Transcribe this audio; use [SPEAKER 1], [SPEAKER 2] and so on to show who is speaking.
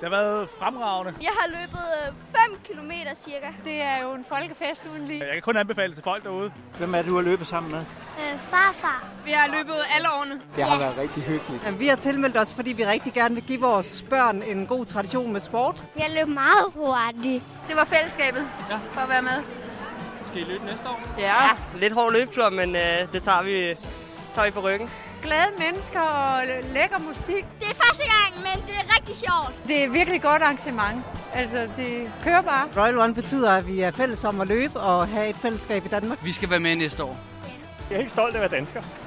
[SPEAKER 1] Det har været fremragende.
[SPEAKER 2] Jeg har løbet 5 km cirka.
[SPEAKER 3] Det er jo en folkefest uden lige.
[SPEAKER 1] Jeg kan kun anbefale til folk derude.
[SPEAKER 4] Hvem er det, du har løbet sammen med?
[SPEAKER 5] Øh, farfar.
[SPEAKER 3] Vi har løbet alle årene.
[SPEAKER 4] Det har været rigtig hyggeligt.
[SPEAKER 6] Jamen, vi har tilmeldt os, fordi vi rigtig gerne vil give vores børn en god tradition med sport.
[SPEAKER 5] Jeg løb meget hurtigt.
[SPEAKER 3] Det var fællesskabet ja. for at være med.
[SPEAKER 1] Skal I løbe næste år?
[SPEAKER 3] Ja.
[SPEAKER 7] Lidt hård løbetur, men øh, det tager vi, tager vi på ryggen.
[SPEAKER 3] Glade mennesker og lækker musik.
[SPEAKER 5] Det er første gang, men det er rigtig sjovt.
[SPEAKER 3] Det er virkelig godt arrangement. Altså, det kører bare.
[SPEAKER 6] Royal Run betyder, at vi er fælles om at løbe og have et fællesskab i Danmark.
[SPEAKER 8] Vi skal være med næste år.
[SPEAKER 1] Jeg er helt stolt af at være dansker.